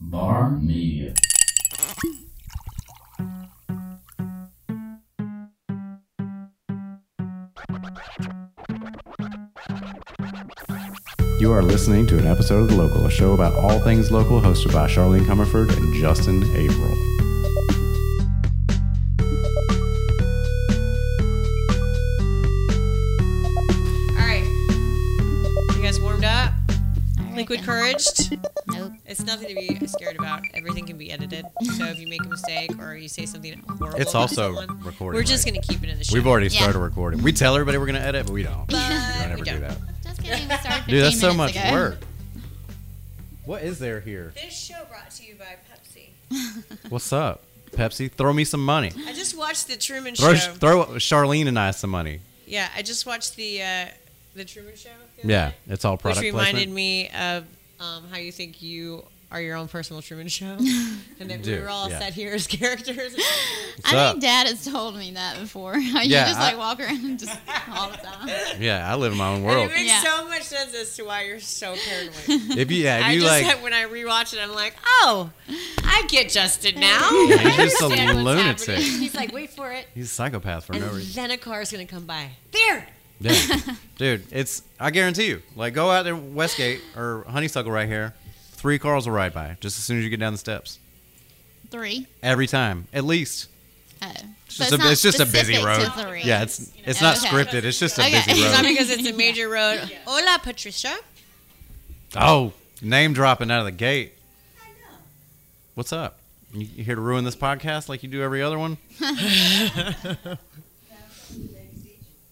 Bar Media. You are listening to an episode of The Local, a show about all things local, hosted by Charlene Comerford and Justin Averill. All right. You guys warmed up? All right, Liquid then. couraged? Nope. It's nothing to be scared about. Everything can be edited. So if you make a mistake or you say something horrible, It's about also someone, recorded, We're just right? gonna keep it in the show. We've already Yeah. started recording. We tell everybody we're going to edit, but we don't. We But don't we ever do don't. that. Just getting started. Dude, that's 15 so much minutes ago. work. What is there here? This show brought to you by Pepsi. What's up? Pepsi, throw me some money. I just watched the Truman Throw, Show. throw Charlene and I some money. yeah, I just watched the uh, the Truman Show. the other Yeah, night, it's all Which product reminded placement. me of um, how you think you are your own personal Truman Show, and that we Dude, were all yeah. set here as characters. I up? think Dad has told me that before. How you Yeah, just I- like walk around and just all the time. Yeah, I live in my own And world. it makes Yeah. so much sense as to why you're so paranoid. If you, yeah, I if you just like, said when I rewatch it, I'm like, oh, I get Justin now. Yeah, he's I just a understand what's lunatic. happening. He's like, wait for it, he's a psychopath for and no reason. then a car's gonna come by. There. Yeah. Dude, it's, I guarantee you, like, go out there, Westgate or Honeysuckle right here. Three cars will ride by just as soon as you get down the steps. Three. Every time, at least. Oh. It's just, a, it's just a busy road. Yeah, it's it's not Okay. scripted. It's just a Okay. busy It's not road. because it's a major road. Hola, Patricia. Oh, name dropping out of the gate. What's up? You you here to ruin this podcast like you do every other one?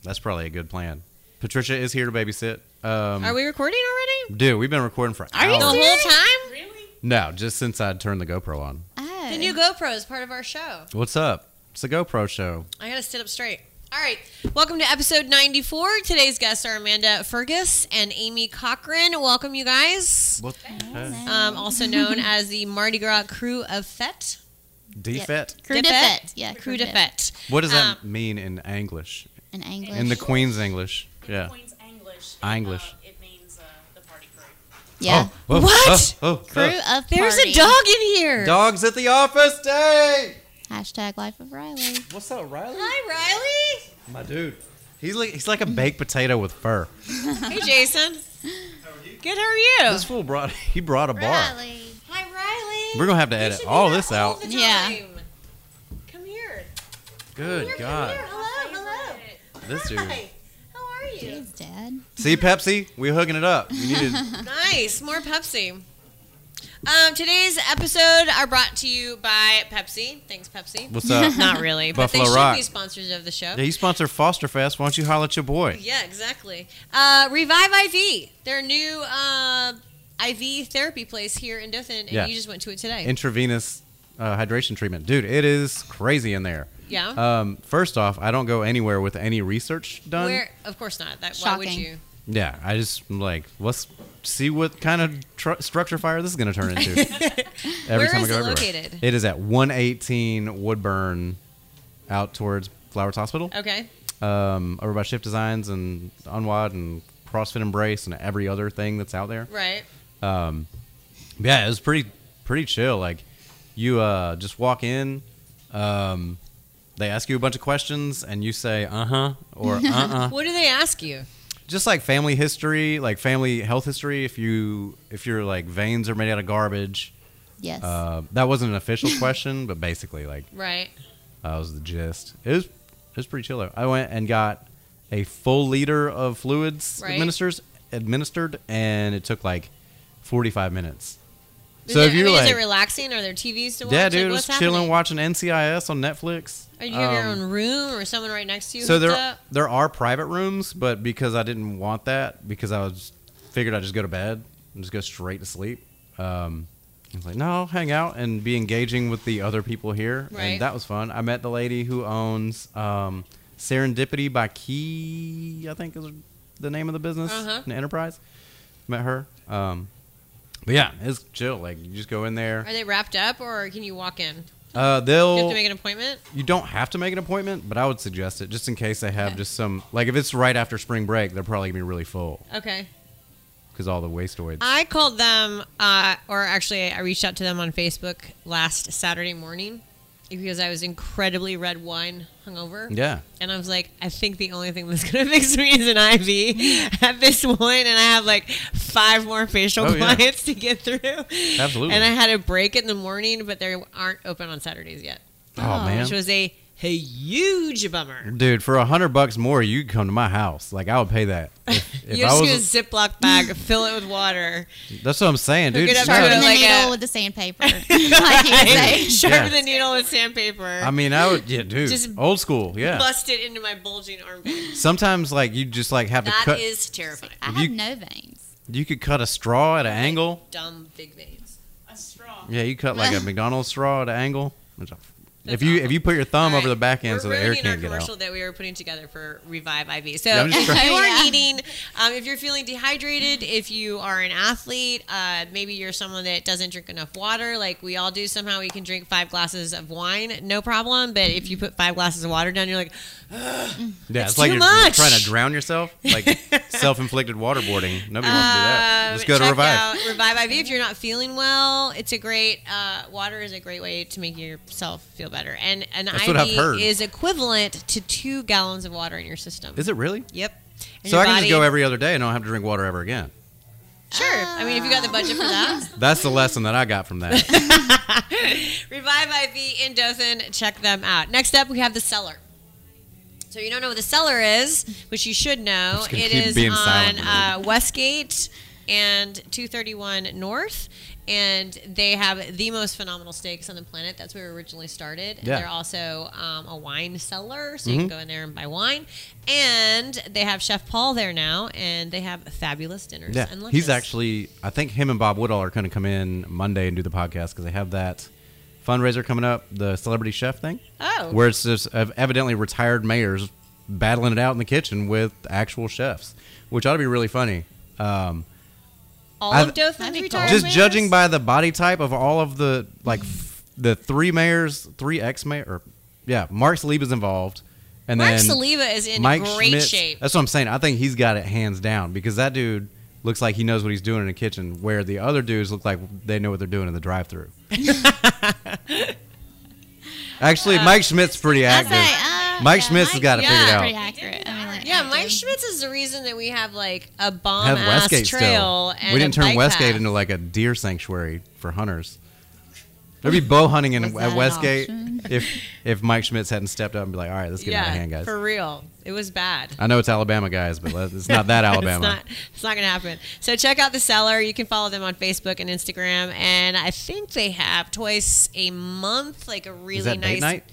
That's probably a good plan. Patricia is here to babysit. Um, Are we recording already? dude, we've been recording for you hours. The serious? whole time? Really? No, just since I turned the GoPro on. Oh. The new GoPro is part of our show. What's up? It's a GoPro show. I gotta sit up straight. All right, welcome to episode 94. Today's guests are Amanda Fergus and Amy Cochran. Welcome, you guys. What? Um, also known as the Mardi Gras crew of FET. Defet. Crew de Defet. fête. Yeah, Crew de de fête. fête. What does that Um, mean in English? In English. In the Queen's English? In Yeah. Queen's English. English. uh, it means uh, the party crew. yeah. Oh, oh, What? oh, oh, Crew oh. of There's party. a dog in here. Dogs at the office day. Hashtag life of Riley. What's up, Riley? Hi, My dude. He's like he's like a baked potato with fur. Riley. Hey, Jason. Good. How are you? This fool brought he brought a bar. Riley. Hi, Riley. We're gonna have to You edit should do all that this out. the time. Yeah. Come here. Good God, Hello. Hello. this dude. Hi. How are you? Jeez, Dad. See Pepsi, we hooking it up. You needed. Nice. More Pepsi. Um, today's episode are brought to you by Pepsi. Thanks, Pepsi. What's up? Not really, but they Buffalo should Rock. be sponsors of the show. Yeah, you sponsor Foster Fest. Why don't you holler at your boy? Yeah, exactly. Uh, Revive IV, their new uh, IV therapy place here in Dothan, and Yeah. you just went to it today. Intravenous uh, hydration treatment, dude. It is crazy in there. yeah. Um, first off, I don't go anywhere with any research done. Where? Of course not. That. Why would Shocking. you? Yeah, I just am like let's see what kind of tr- structure fire this is going to turn into. Every Where time is I go it everywhere. located? It is at 118 Woodburn, out towards Flowers Hospital, Okay. um, over by Shift Designs and Unwad and CrossFit Embrace and every other thing that's out there. Right. Yeah, it was pretty pretty chill. Like you uh, just walk in, um, they ask you a bunch of questions, and you say uh huh or uh uh What do they ask you? just like family history, like family health history. If you if your like veins are made out of garbage, Yes. uh, that wasn't an official question, but basically like Right. that was the gist. It was it was pretty chill though. I went and got a full liter of fluids Right. administers administered, and it took like forty five minutes. Is so it, if you're I mean, is like, it relaxing? Are there TVs to watch? yeah, Like, dude, what's just chilling, happening? watching NCIS on Netflix. Are you have your Um, own room or someone right next to you? so hooked there up? there are private rooms, but because I didn't want that, because I was figured I'd just go to bed and just go straight to sleep. Um, I was like, no, I'll hang out and be engaging with the other people here, Right. and that was fun. I met the lady who owns um, Serendipity by Key, I think is the name of the business, Uh-huh. an enterprise. Met her. Um, but yeah, it's chill. Like you just go in there. Are they wrapped up or can you walk in? Uh, they'll Do you have to make an appointment? you don't have to make an appointment, but I would suggest it just in case they have Okay. just some like if it's right after spring break, they're probably gonna be really full Okay. because because all the wasteoids. I called them, uh, or actually, I reached out to them on Facebook last Saturday morning because I was incredibly red wine hungover. yeah. And I was like, I think the only thing that's gonna fix me is an IV at this point, and I have like five more facial Oh, yeah. clients to get through. Absolutely. And I had a break in the morning, but they aren't open on Saturdays yet, Oh, Oh. man. which was a huge bummer. Dude, for a hundred bucks more, you'd come to my house. Like I would pay that. If, if You're I just gonna was, Ziploc bag, fill it with water, that's what I'm saying, Hook dude. it up No, to Sharpen the like a- needle with the sandpaper. like you say. sharpen Yeah. the needle with sandpaper. I mean, I would, yeah, dude. Just old school, yeah. bust it into my bulging arm vein. Sometimes, like you just like have to That cut. is terrifying. I If have you- no veins. you could cut a straw at an angle. Dumb big veins. A straw. Yeah, you cut like a McDonald's straw at an angle. It's a- If That's you awful. if you put your thumb All over right. the back end We're so the air ruining can't our get commercial out. that we were putting together for Revive IV. So Yeah, I'm if just trying- you are Yeah. eating, um, if you're feeling dehydrated, if you are an athlete, uh, maybe you're someone that doesn't drink enough water, like we all do. Somehow we can drink five glasses of wine, no problem. But if you put five glasses of water down, you're like, Yeah, It's it's, like too you're you're much. trying to drown yourself, like self-inflicted waterboarding. Nobody wants to do that. Um, Let's go to check revive. out Revive IV if you're not feeling well. It's a great uh, water is a great way to make yourself feel better. And an That's IV what I've heard. is equivalent to two gallons of water in your system. Is it really? Yep. And So your I can body- just go every other day and I don't have to drink water ever again. Sure. I mean, if you got the budget for that, That's the lesson that I got from that. Revive IV in Dothan. Check them out. Next up, we have the cellar. So you don't know what the cellar is, which you should know. just gonna It keep is being on silent, uh, Westgate and 231 North, and they have the most phenomenal steaks on the planet. That's where we originally started. And Yeah. Mm-hmm. They're also um, a wine cellar, so you can go in there and buy wine. And they have Chef Paul there now, and they have fabulous dinners Yeah, and lunches. he's actually. I think him and Bob Woodall are going to come in Monday and do the podcast because they have that fundraiser coming up, the celebrity chef thing, oh where it's just ev- evidently retired mayors battling it out in the kitchen with actual chefs, which ought to be really funny. Um, all I've- of Dothan's That'd be retired cool. just mayors? judging by the body type of all of the like f- the three mayors, three ex mayor, or yeah, Mark Saliba's involved, and Mark then Saliba is in Mike great Schmitz- shape. That's what I'm saying. I think he's got it hands down because that dude looks like he knows what he's doing in the kitchen, where the other dudes look like they know what they're doing in the drive-through. Actually, Mike Schmidt's pretty I active. say, uh, Mike yeah, Schmitz has got it yeah, figured out. Pretty accurate. I mean, like, Yeah, Mike active. Schmitz is the reason that we have like a bomb Have ass Westgate trail. still. And We didn't a turn bike Westgate path. into like a deer sanctuary for hunters. There'd be bow hunting in Was that at an Westgate option? if if Mike Schmitz hadn't stepped up and be like, "All right, let's get out yeah, of hand, guys." for real. It was bad. I know it's Alabama guys, but let- it's not that Alabama. it's not. It's not gonna happen. So check out the seller. You can follow them on Facebook and Instagram. And I think they have twice a month, like a really Is that nice, date night?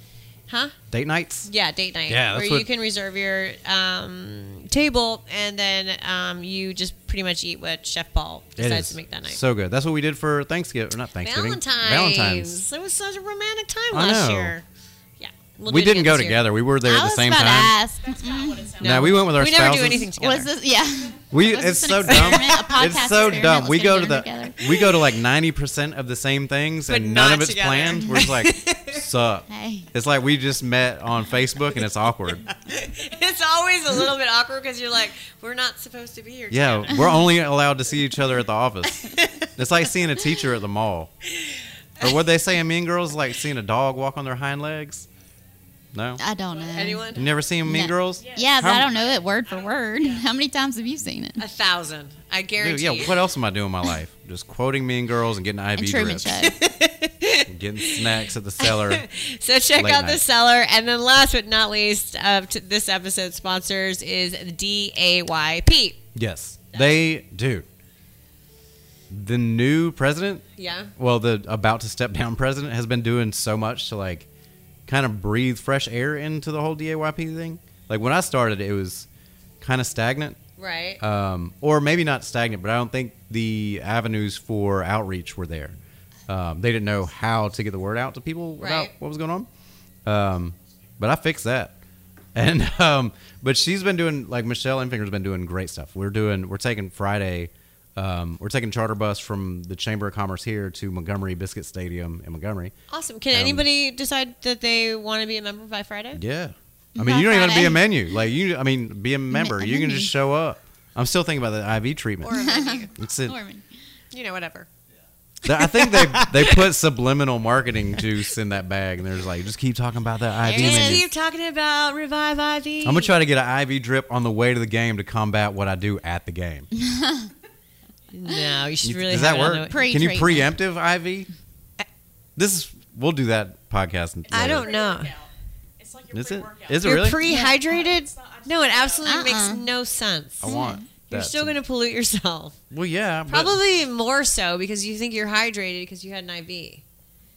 huh? Date nights? Yeah, date night. Yeah, that's where you what- can reserve your um, table and then um, you just pretty much eat what Chef Paul It decides is to make that night. So good. That's what we did for Thanksgiving, or not Thanksgiving. Valentine's. Valentine's. It was such a romantic time I last know. year. Yeah. We'll we do it didn't again go this year. together. We were there I at the was same about time. To ask, mm, That's not what it sounds No, we went with our We never do spouses. anything together. was this? Yeah. We Was it's this so an experiment, a dumb. podcast It's so experiment? dumb. Let's We get go to them the together. we go to like ninety percent of the same things But and not none of it's together. planned. We're just like suck. Hey. It's like we just met on Facebook and it's awkward. It's always a little bit awkward because you're like, we're not supposed to be here. together. Yeah, we're only allowed to see each other at the office. It's like seeing a teacher at the mall. Or what they say in Mean Girls, like seeing a dog walk on their hind legs. No, I don't know. Anyone? you never seen Mean No. Girls? Yeah, but How- I don't know it word for word. How many times have you seen it? A thousand. I Dude, guarantee. yeah, you. what else am I doing in my life? Just quoting Mean Girls and getting IV And Truman drips, Show. getting snacks at the cellar. So check Late out the night. seller, and then last but not least, of t- this episode's sponsors is D A Y P. Yes, they, dude. The new president, Yeah. well, the about to step down president has been doing so much to like kind of breathe fresh air into the whole DAYP thing. Like when I started, it was kind of stagnant, Right. um, or maybe not stagnant, but I don't think the avenues for outreach were there. Um, they didn't know how to get the word out to people about Right. what was going on. Um, but I fixed that. And um, but she's been doing like Michelle Infinger's been doing great stuff. We're doing we're taking Friday, um, we're taking charter bus from the Chamber of Commerce here to Montgomery Biscuit Stadium in Montgomery. awesome. Can um, anybody decide that they want to be a member by Friday? Yeah, I By mean you don't even have to be Friday. a menu. Like you, I mean be a member. a you can menu. just show up. I'm still thinking about the IV treatment. or a menu. it's in, Norman. you know, whatever. I think they they put subliminal marketing juice in that bag, and they're just like, just keep talking about that IV There it Just is. menu. keep talking about revive IV. I'm gonna try to get an IV drip on the way to the game to combat what I do at the game. No, you should You- really. Does have that it on work? the- Pre- Can you treatment. preemptive IV? This is we'll do that podcast. Later. I don't know. Pre-workout. It's like your Is it? pre-workout. Is it You're really? pre-hydrated. No, it absolutely Uh-uh. makes no sense. I want. You're that still to- going to pollute yourself. Well, yeah, but Probably more so because you think you're hydrated because you had an IV.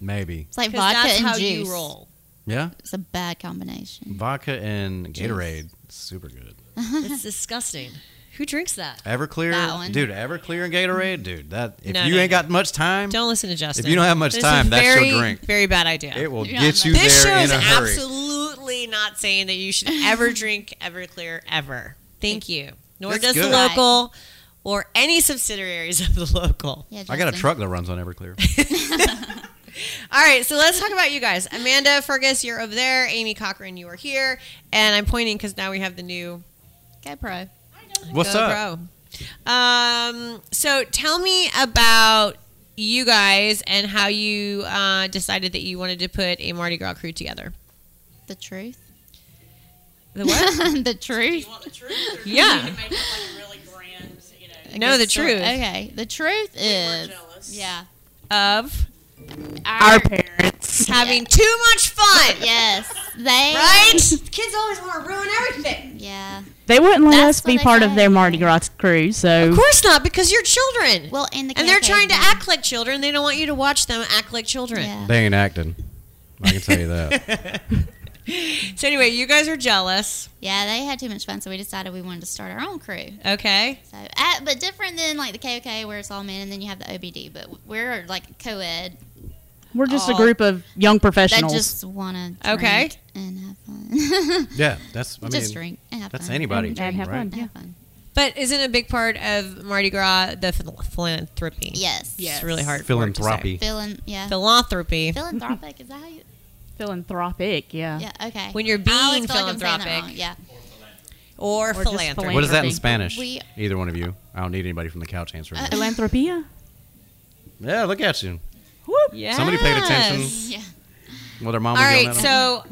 maybe. It's like 'Cause vodka that's and how juice. you roll. Yeah, It's a bad combination. vodka and Gatorade, super good. It's disgusting. Who drinks that? Everclear, That one. dude. Everclear and Gatorade, dude. That if No, you no, ain't no. got much time, Don't listen to Justin. don't have much This is time, a that's your very, drink. Very bad idea. it will You're not get you much. this show there is in a hurry. absolutely not saying that you should ever drink Everclear ever. Thank you. Nor That's does good. the local or any subsidiaries of the local. Yeah, I got a Justin. truck that runs on Everclear. All right, so let's talk about you guys. Amanda Fergus, you're over there. Amy Cochran, you are here. And I'm pointing because now we have the new Okay, pro. What's up? GoPro. Um, so tell me about you guys and how you uh, decided that you wanted to put a Mardi Gras crew together. The truth. The what? the Do truth. you want the truth? Or Do Yeah. you need to make it like a really grand, you know, No, the Good story. truth. Okay, the truth we're is. jealous. Yeah. of Our, parents. having too much fun. Yes. They. Right? Kids always want to ruin everything. Yeah. They wouldn't let That's us be what I part of their said. Mardi Gras crew, so Of course not, because you're children. Well, in the and they're trying campaign, to yeah. act like children. They don't want you to watch them act like children. Yeah. They ain't acting. I can tell you that. So anyway, you guys are jealous. Yeah, they had too much fun, so we decided we wanted to start our own crew. Okay. So, uh, but different than like the KOK where it's all men, and then you have the OBD. But we're like co-ed we're just Oh. a group of young that professionals. just want to Okay. drink and have fun. yeah, that's. I mean, just drink and have that's fun. anybody. And have right? fun. And Have fun. But isn't a big part of Mardi Gras the phil- philanthropy? Yes. It's really hard. word to say. Philanthropy. Philan- yeah. Philanthropy. Philanthropic is that how you? Philanthropic, yeah. Yeah. Okay. When you're I always being feel like I'm saying that philanthropic. wrong, yeah. Or, just philanthropy. What is that in Philanthropy. Spanish? We- Either one of you. I don't need anybody from the couch answering. Uh, this. Philanthropia? yeah, look at you. Whoop. Yes. Somebody paid attention. Yeah. Well, their mom All was yelling at right. So,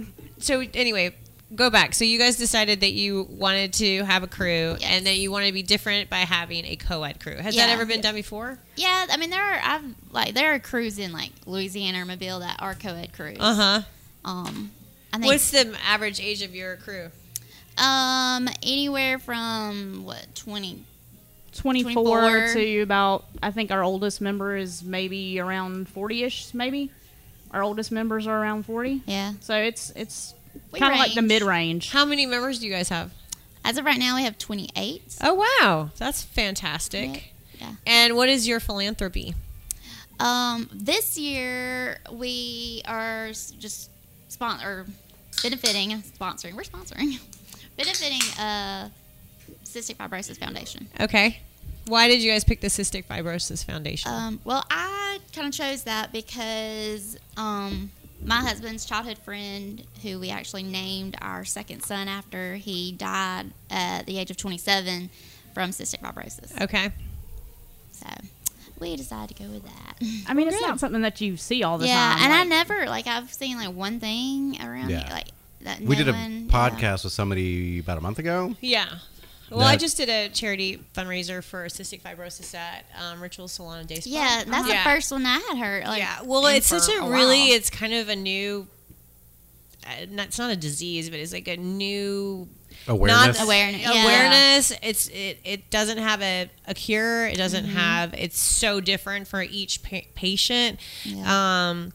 so anyway, go back. So you guys decided that you wanted to have a crew Yes. and that you wanted to be different by having a co-ed crew. Has that Yeah. ever been done before? Yeah. I mean, there are I've like there are crews in like Louisiana or Mobile that are co-ed crews. Uh huh. Um. I think What's the average age of your crew? um anywhere from what twenty 24, 24. to about, I think our oldest member is maybe around 40 ish, maybe. Our oldest members are around 40. yeah So it's it's We kind of like the range. mid range. How many members do you guys have? As of right now, we have 28. Oh wow, that's fantastic. Yeah. And what is your philanthropy? Um, this year we are s- just spon- or benefiting, sponsoring. We're sponsoring, benefiting uh, Cystic Fibrosis Foundation. Okay. Why did you guys pick the Cystic Fibrosis Foundation? Um, well, I kind of chose that because um, my husband's childhood friend, who we actually named our second son after, he died at the age of 27 from cystic fibrosis. okay. So we decided to go with that. I mean, it's good. not something that you see all the yeah, time. and I like- never like I've seen like one thing around Yeah. here like that. We no did a one- podcast with somebody about a month ago. Yeah. Well, I That- just did a charity fundraiser for cystic fibrosis at um, Ritual Salon and Day Spa. Yeah, that's Yeah. the first one I had heard. Like, yeah. Well, and it's for such a, while. really, it's kind of a new. Uh, not, it's not a disease, but it's like a new Awareness. not Awareness, yeah. awareness. It's it, it doesn't have a, a cure. It doesn't Mm-hmm. have. It's so different for each pa- patient. Yeah. Um,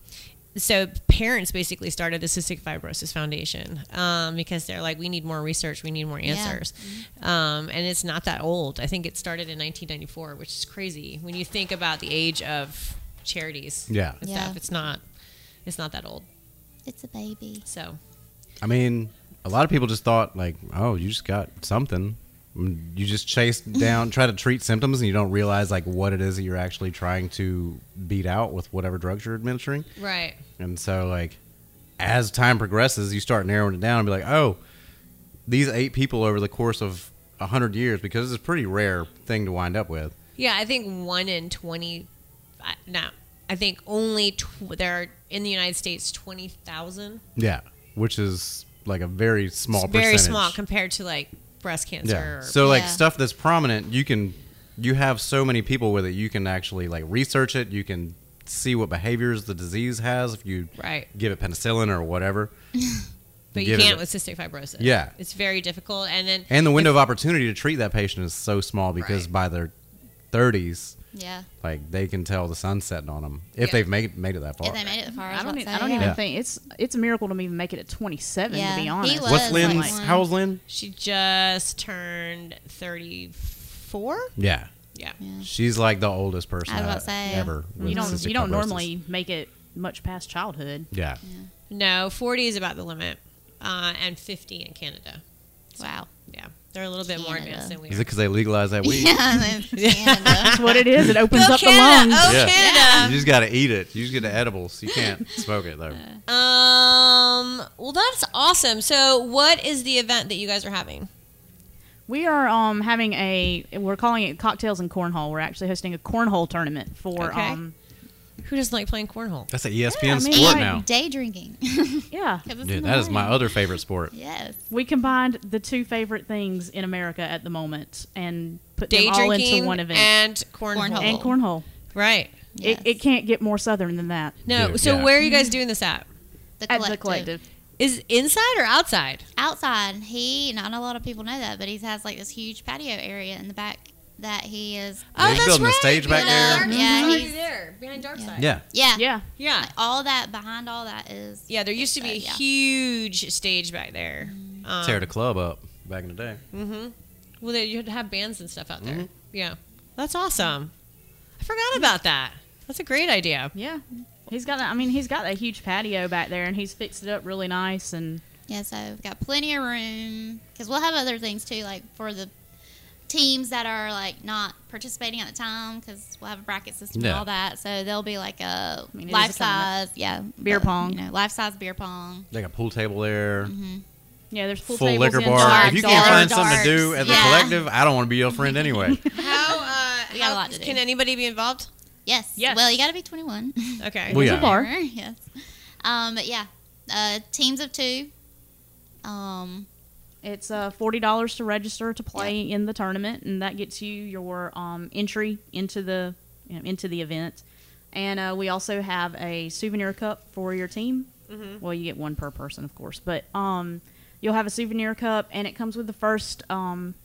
so parents basically started the Cystic Fibrosis Foundation um, because they're like, we need more research, we need more answers, Mm-hmm. um, and it's not that old. I think it started in 1994, which is crazy when you think about the age of charities Yeah. and Yeah. stuff. It's not. It's not that old. it's a baby. So I mean, a lot of people just thought like, oh, you just got something. Mm, You just chase down, try to treat symptoms, and you don't realize like what it is that you're actually trying to beat out with whatever drugs you're administering. right. And so, like, as time progresses, you start narrowing it down and be like, oh, these eight people over the course of 100 years because it's a pretty rare thing to wind up with. Yeah, I think one in 20. I- No, I think only tw- there are in the United States 20,000. Yeah. Which is like a very small It's very percentage. small compared to like breast cancer. Yeah. or- So like Yeah. stuff that's prominent, you can you have so many people with it, you can actually like research it, you can see what behaviors the disease has if you Right. give it penicillin or whatever. but you give it can't a- with cystic fibrosis. Yeah. It's very difficult. And then And the window of opportunity to treat that patient is so small because by their 30s, Yeah. like they can tell the sun setting on them if Yeah. they've made made it that far. If they made it far, I don't. Say, Even, I don't yeah. even Yeah. think it's it's a miracle to even make it at 27. Yeah. To He be honest, was. What's What's Lynn's? Lynn's- how old's Lynn? she just turned 34. Yeah, Yeah. Yeah. she's like the oldest person I was about I- to say, yeah. ever. with you don't cystic you don't fibrosis. normally make it much past childhood. Yeah, No, 40 is about the limit. Uh, and 50 in Canada. Wow. Yeah. They're a little bit more Canada. advanced than we is it are. because they legalized that weed? Yeah. Canada. That's what it is. It opens Go up the Canada! lungs. Oh, Yeah. Canada! You just got to eat it. You just get the edibles. You can't smoke it though. Um. Well, that's awesome. So, what is the event that you guys are having? We are um having a we're calling it cocktails and cornhole. We're actually hosting a cornhole tournament for Okay. um Who doesn't like playing cornhole? That's E an ESPN Yeah, I mean, sport like- now. Day drinking. yeah. Dude, that is my other favorite sport. Yes. We combined the two favorite things in America at the moment and put Day them all drinking into one event and cornhole. Cornhole. and cornhole. Right. yes. It, it can't get more southern than that. No. Dude, so, yeah. where are you guys doing this at? the At the collective. Is inside or outside? outside he not a lot of people know that but he has like this huge patio area in the back that he is Oh, he's that's building a right. stage back behind there. Dark- Yeah, it's already he's- there behind Dark Side. Yeah. yeah Yeah. Mm-hmm. Yeah. all that behind all that is Yeah, there used to be a Yeah. huge stage back there. Um, Tear the club up back in the day. Well, they, you'd have bands and stuff out there. Mm-hmm. Yeah, that's awesome. I forgot about that. That's a great idea. Yeah. He's got that I mean he's got that huge patio back there and he's fixed it up really nice and yeah so we've got plenty of room because we'll have other things too like for the teams that are like not participating at the time because we'll have a bracket system and Yeah. all that so there'll be like a mean, it is a life size yeah Beer but, pong. you know life size beer pong They got a pool table there, yeah, there's full, full tables liquor in bar. dark, if you dark. can't find dark. something to do at the Yeah. collective, I don't want to be your friend anyway. How, uh, We got how a lot to do. can anybody be involved? yes Yes. well you got to be 21 Okay. Well, There's yeah. a bar. yes. Um, but yeah, uh, teams of two. Um, It's uh, forty dollars to register to play in the tournament, and that gets you your um, entry into the you know, into the event. And uh, we also have a souvenir cup for your team. Mm-hmm. Well, you get one per person, of course, but um, you'll have a souvenir cup, and it comes with the first um,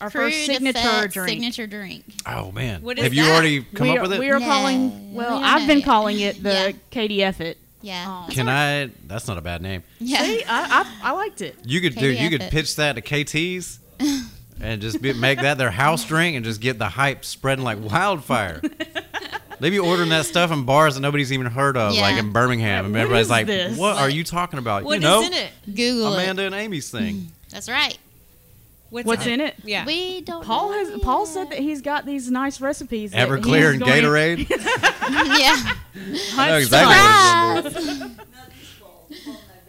our crew first signature defense drink. signature drink. Oh man, What is have you that? already come we up are, with it? we are No, calling. we Well, don't I've know been yet. calling it the Yeah. KDF it. Yeah. Oh. Can I? That's not a bad name. yeah. See, uh, I, I, I liked it. You could do. Katie You could Epic. pitch that to KT's. And just be, make that their house drink, and just get the hype spreading like wildfire. they be ordering that stuff in bars that nobody's even heard of, like Yeah. in Birmingham, and What everybody's is like, this? "What are you talking about?" What you is know, in it? Google Amanda and Amy's thing. it. That's right. What's in it? Yeah. We don't. Paul know has. yet. Paul said that he's got these nice recipes. that Everclear and he's going- Gatorade. yeah. I know exactly what it is. Surprise!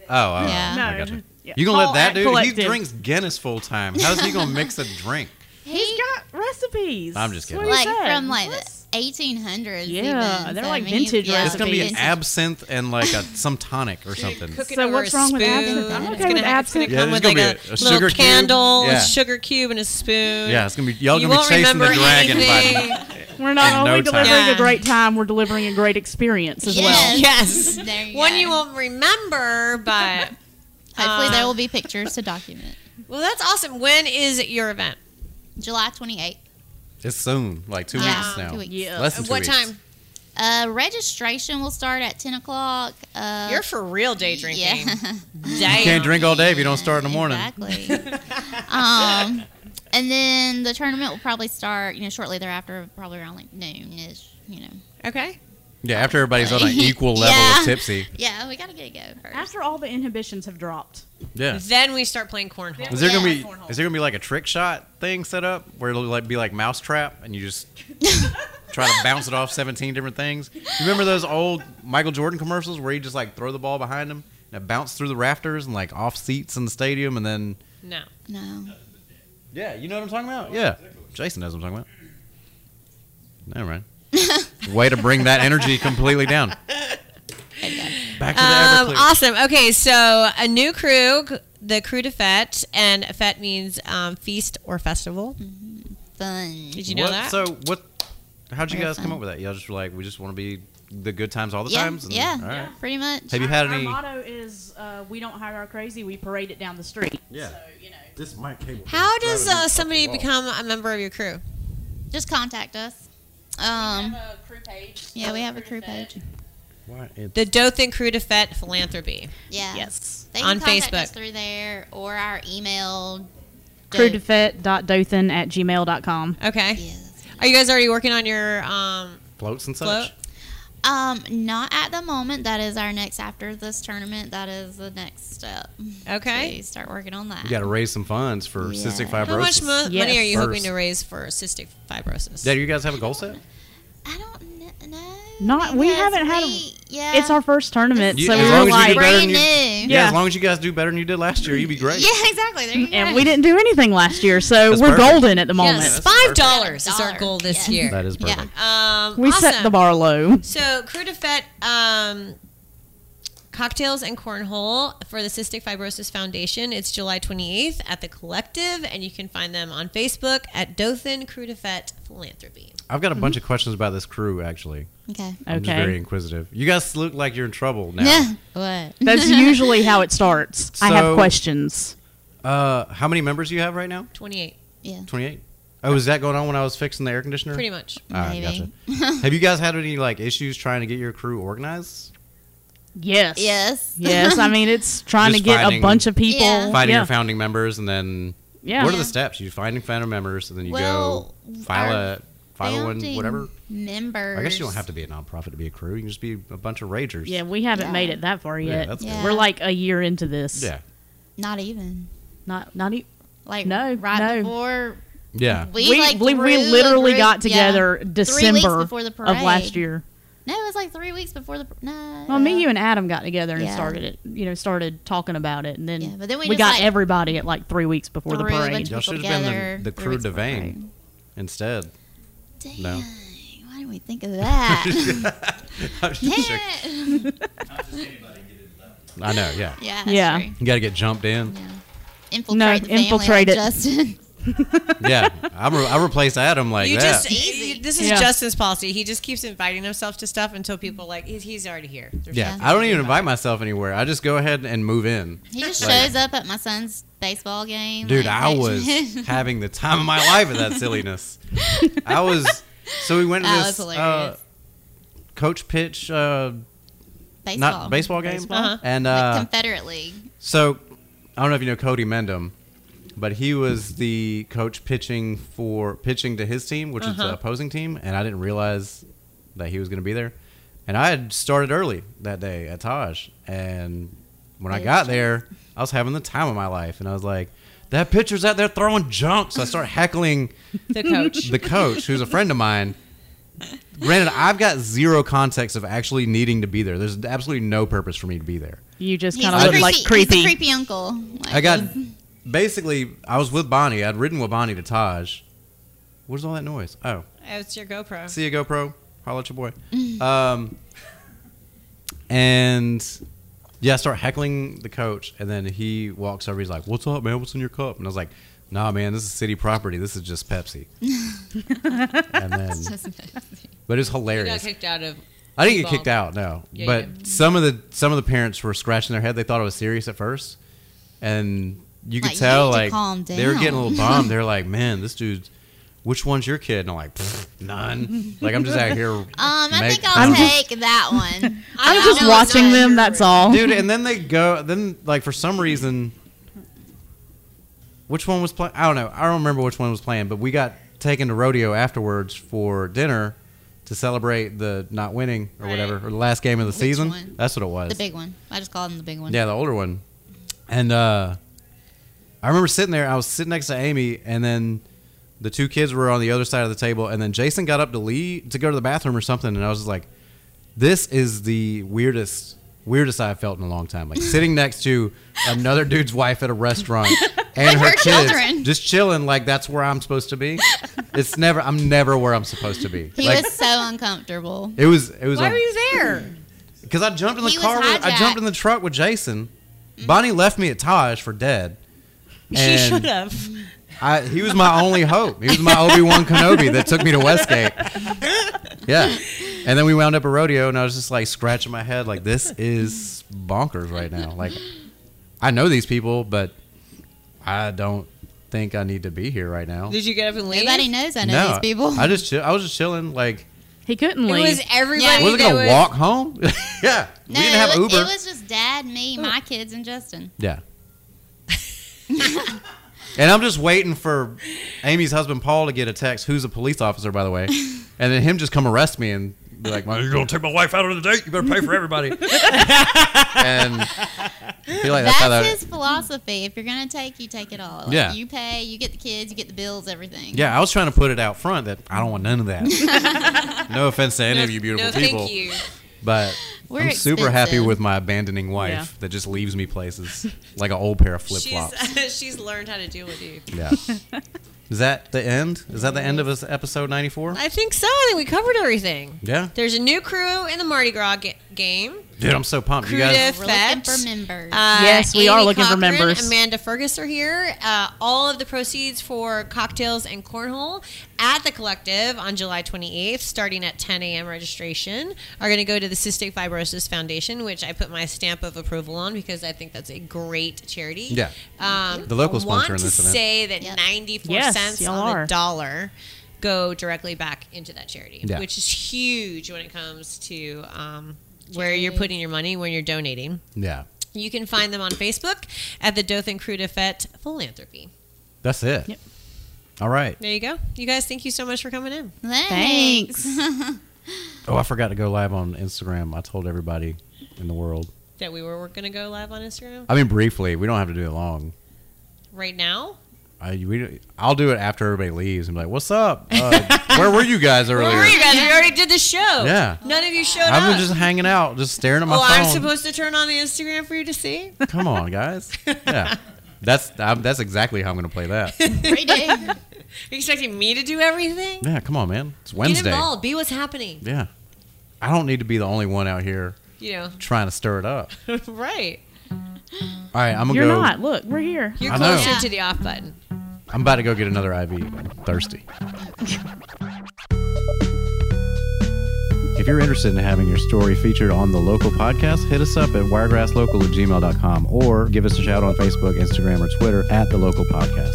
Oh, all right. Yeah. No. I gotcha. Yeah. You gonna let Paul that at dude? He Collective. drinks Guinness full time. How's he gonna mix a drink? He got recipes. I'm just That's kidding. what he like said. from like What? the 1800s. Yeah, even, they're so, like I mean, he's- vintage yeah. It's gonna be an Recipes. absinthe and like a some tonic or something. Cook it So over what's a wrong with spoon. absinthe? I'm It's gonna okay with ha- it's gonna absinthe. Yeah, come there's with gonna like be a, a- a little sugar cube. candle, a Yeah. sugar cube, and a spoon. Yeah, it's gonna be y'all you gonna won't be chasing remember the dragon anything. by We're not In only no time. delivering Yeah. a great time, we're delivering a great experience as well. Yes. Yes. There you One go. you won't remember, but Hopefully, Uh, there will be pictures to document. well, that's awesome. When is your event? July 28th. it's soon, like two Yeah, weeks now. two weeks. Yeah. Less than At two what weeks. time? Uh, registration will start at 10 o'clock. Uh, You're for real day drinking. Yeah. Damn. You can't drink all day if you don't start in the morning. Exactly. um, and then the tournament will probably start, you know, shortly thereafter, probably around like noon ish, you know. Okay. Yeah, after everybody's on an equal level Yeah. of tipsy. Yeah, we gotta get it go first. After all the inhibitions have dropped, Yeah. Then we start playing cornhole. Is there gonna Yeah. be is there gonna be like a trick shot thing set up where it'll like be like mouse trap and you just try to bounce it off seventeen different things? You remember those old Michael Jordan commercials where he just like throw the ball behind him and it bounced through the rafters and like off seats in the stadium and then No. No. Yeah, you know what I'm talking about? Yeah. Jason knows what I'm talking about. Never mind. Way to bring that energy completely down. Back to the Um, Everclear. awesome. Okay, so a new crew, g- the crew de fete, and fete means um, feast or festival. Mm-hmm. Fun. Did you know What- that? So what? How'd you Real guys come fun. up with that? Y'all just were like, we just want to be the good times all the yeah, times. And- yeah, all right. pretty much. Have you Our- had Our any? motto is uh, we don't hire our crazy, we parade it down the street. Yeah. So, you know. This mic cable. How does Driving me uh, up the somebody wall. become a member of your crew? Just contact us. We Um, have a uh, crew page. yeah, we have a crew page. Why it- The Dothan Crew de Fete Philanthropy. Yeah. Yes. They can On contact Facebook. us through there or our email. Do- Crewdefet.dothan at gmail.com. Okay. Yeah, that's- Are you guys already working on your um, floats and float? such? Um, not at the moment. That is our next after this tournament. That is the next step. Okay. We start working on that. You got to raise some funds for cystic Yeah. fibrosis. How much mo- Yes. money are you hoping First. to raise for cystic fibrosis? Yeah, do you guys have a goal set? I don't kn- know. Not- we because haven't had a- we- yeah. It's our first tournament, You- so as we long were as you do like, better brand than new. you- Yeah. Yeah. Yeah. as long as you guys do better than you did last year, you'd be great. exactly. There you go. and we didn't do anything last year, so That's we're perfect. golden at the moment. Yes, that's five perfect. dollars is our Dollar. goal this Yes. year. That is perfect. Yeah. Um, We set awesome. the bar low. So, Crew de Fete, um, cocktails and cornhole for the Cystic Fibrosis Foundation. It's July 28th at the Collective, and you can find them on Facebook at Dothan Crew de Fete Philanthropy. I've got a bunch of questions about this crew, actually. Okay. I'm just Okay. very inquisitive. You guys look like you're in trouble now. Yeah. What? That's usually how it starts. I So- have questions. Uh, how many members do you have right now? 28, Yeah. 28? Oh, was that going on when I was fixing the air conditioner? pretty much. All right, Maybe. gotcha. have you guys had any like issues trying to get your crew organized? Yes. Yes. Yes. I mean, it's trying Just to get finding- a bunch of people. Yeah. Finding yeah. your founding members, and then Yeah. what are the Yeah. steps? You finding founding members, and then you Well, go file our a file one Founding whatever. Members. I guess you don't have to be a nonprofit to be a crew. You can just be a bunch of ragers. Yeah, we haven't Yeah. made it that far Yeah, yet. that's good. We're Yeah. like a year into this. yeah, Not even. Not not e- Like No, Right no. before yeah. we we like we, we grew a literally group- got yeah. together Three December weeks before the of last parade. year. No, it was like three weeks before the no. Well, me, you, and Adam got together and Yeah. started it. You know, started talking about it, and then, Yeah, but then we we just, got like, everybody at like three weeks before the threw a parade. bunch of Y'all people should have been the- together the three crew weeks de before the Vang. parade. Instead, Dang, No. why didn't we think of that? I'm just Damn joking. it. I know. Yeah, yeah, that's Yeah. true. you got to get jumped in. Yeah. Infiltrate No, the infiltrate family it. like Justin. yeah, I, re- I replaced Adam like You that. just you- this is Yeah. Justin's policy. He just keeps inviting himself to stuff until people like he's, he's already here. There's yeah, Yeah. I don't even invite myself anywhere. I just go ahead and move in. He just Like- shows up at my son's baseball game. Dude, like, I like- was having the time of my life with that silliness. I was. So we went to That this uh, was hilarious. coach pitch, uh, baseball. not baseball game, Baseball. Uh-huh. and Like uh, Confederate League. so I don't know if you know Cody Mendham, but he was the coach pitching for pitching to his team, which is the Uh-huh. opposing team, and I didn't realize that he was going to be there. And I had started early that day at Taj, and when I They got were there, I was having the time of my life, and I was like. That pitcher's out there throwing jumps. I start heckling the coach. the coach, who's a friend of mine. Granted, I've got zero context of actually needing to be there. There's absolutely no purpose for me to be there. You just He's kind a of looked look creepy, like He's creepy. a creepy uncle. Like, I got basically, I was with Bonnie. I'd ridden with Bonnie to Taj. Where's all that noise? Oh, It's your GoPro. see ya, GoPro. Holla at your boy. Um, and yeah, I start heckling the coach, and then he walks over. He's like, "What's up, man? What's in your cup?" And I was like, "Nah, man, this is city property. This is just Pepsi." and then, but it's You hilarious. got kicked out of. I didn't get T-ball. kicked out, no. Yeah, you but some of the some of the parents were scratching their head. They thought it was serious at first, and you could Like, you tell need to like calm they were getting a down. little bummed. They're like, "Man, this dude's Which one's your kid?" And I'm like, "Pfft, "None." like I'm just out here. Um, Um, I think I'll take that one. I'm just know it's watching not them. your That's all. dude. And then they go. Then like for some reason, which one was playing? I don't know. I don't remember which one was playing. But we got taken to rodeo afterwards for dinner to celebrate the not winning or Right. whatever or the last game of the season. one? That's what it was. The big one. I just called him the big one. Yeah, the older one. And uh, I remember sitting there. I was sitting next to Amy, and then the two kids were on the other side of the table. And then Jason got up to leave to go to the bathroom or something, and I was just like, "This is the weirdest." Weirdest I've felt in a long time. Like sitting next to another dude's wife at a restaurant and With her her kids children. just chilling like that's where I'm supposed to be. It's never I'm never where I'm supposed to be. He like was so uncomfortable. it was it was Why like were you there? because I jumped in the He was car with, I jumped hijacked. in the truck with Jason. Bonnie left me at Taj for dead. She And- should have. I, he was my only hope. He was my Obi Wan Kenobi that took me to Westgate. Yeah, and then we wound up a rodeo, and I was just like scratching my head, like this is bonkers right now. Like I know these people, but I don't think I need to be here right now. Did you get up and leave? Nobody knows I know these people. I just chill, I was just chilling. Like He couldn't It leave. was everybody. was I that gonna walk home? yeah, no, we didn't have it, was, Uber. it was just dad, me, my kids, and Justin. Yeah. and I'm just waiting for Amy's husband Paul to get a text, who's a police officer, by the way, and then him just come arrest me and be like, "You're gonna take my wife out on a date. You better pay for everybody." and I feel like that's, That's how that. his philosophy. If you're gonna take, you take it all. Like, Yeah. You pay, you get the kids, you get the bills, everything. Yeah, I was trying to put it out front that I don't want none of that. no offense to any of you beautiful no, people, thank you. but We're I'm super happy expensive. with my abandoning wife Yeah. that just leaves me places like an old pair of flip flops. She's, she's learned how to deal with you. Yeah. Is that the end? Is that the end of us episode 94? I think so. I think we covered everything. Yeah. There's a new crew in the Mardi Gras ga- game. Dude, I'm so pumped. You Cruda guys, We're looking Fetch. for members. Uh, Yes, we are looking for Cochran, members. Amanda Fergus are here. Uh, all of the proceeds for cocktails and cornhole at the collective on July 28th, starting at 10 a.m. registration, are going to go to the Cystic Fibrosis Foundation, which I put my stamp of approval on because I think that's a great charity. Yeah. um, The local I want sponsor in this to event. say that Yep. 94 Yes, cents y'all on are. the dollar go directly back into that charity, Yeah. which is huge when it comes to. Um, where you're putting your money when you're donating. yeah, You can find them on Facebook at the Dothan Crudafet Philanthropy. that's it. Yep. All right. There you go. You guys, thank you so much for coming in. Thanks. Oh, I forgot to go live on Instagram. I told everybody in the world. That we were going to go live on Instagram I mean, briefly. We don't have to do it long. right now. I, we, I'll do it after everybody leaves and be like, what's up? Uh, where were you guys earlier? Where were you guys? We already did the show. Yeah. None of you showed I've up. been just hanging out, just staring at my oh, phone. I'm supposed to turn on the Instagram for you to see? Come on, guys. Yeah. That's I'm, that's exactly how I'm going to play that. Redo. Are you expecting me to do everything? Yeah, come on, man. It's Wednesday. Get involved. Be what's happening. Yeah. I don't need to be the only one out here You know, trying to stir it up. right. All right, I'm going to You're go. not. Look, we're here. You're I know. closer Yeah. to the off button. I'm about to go get another IV. I'm thirsty. If you're interested in having your story featured on the local podcast, hit us up at wiregrasslocal at gmail.com or give us a shout on Facebook, Instagram, or Twitter at the local podcast.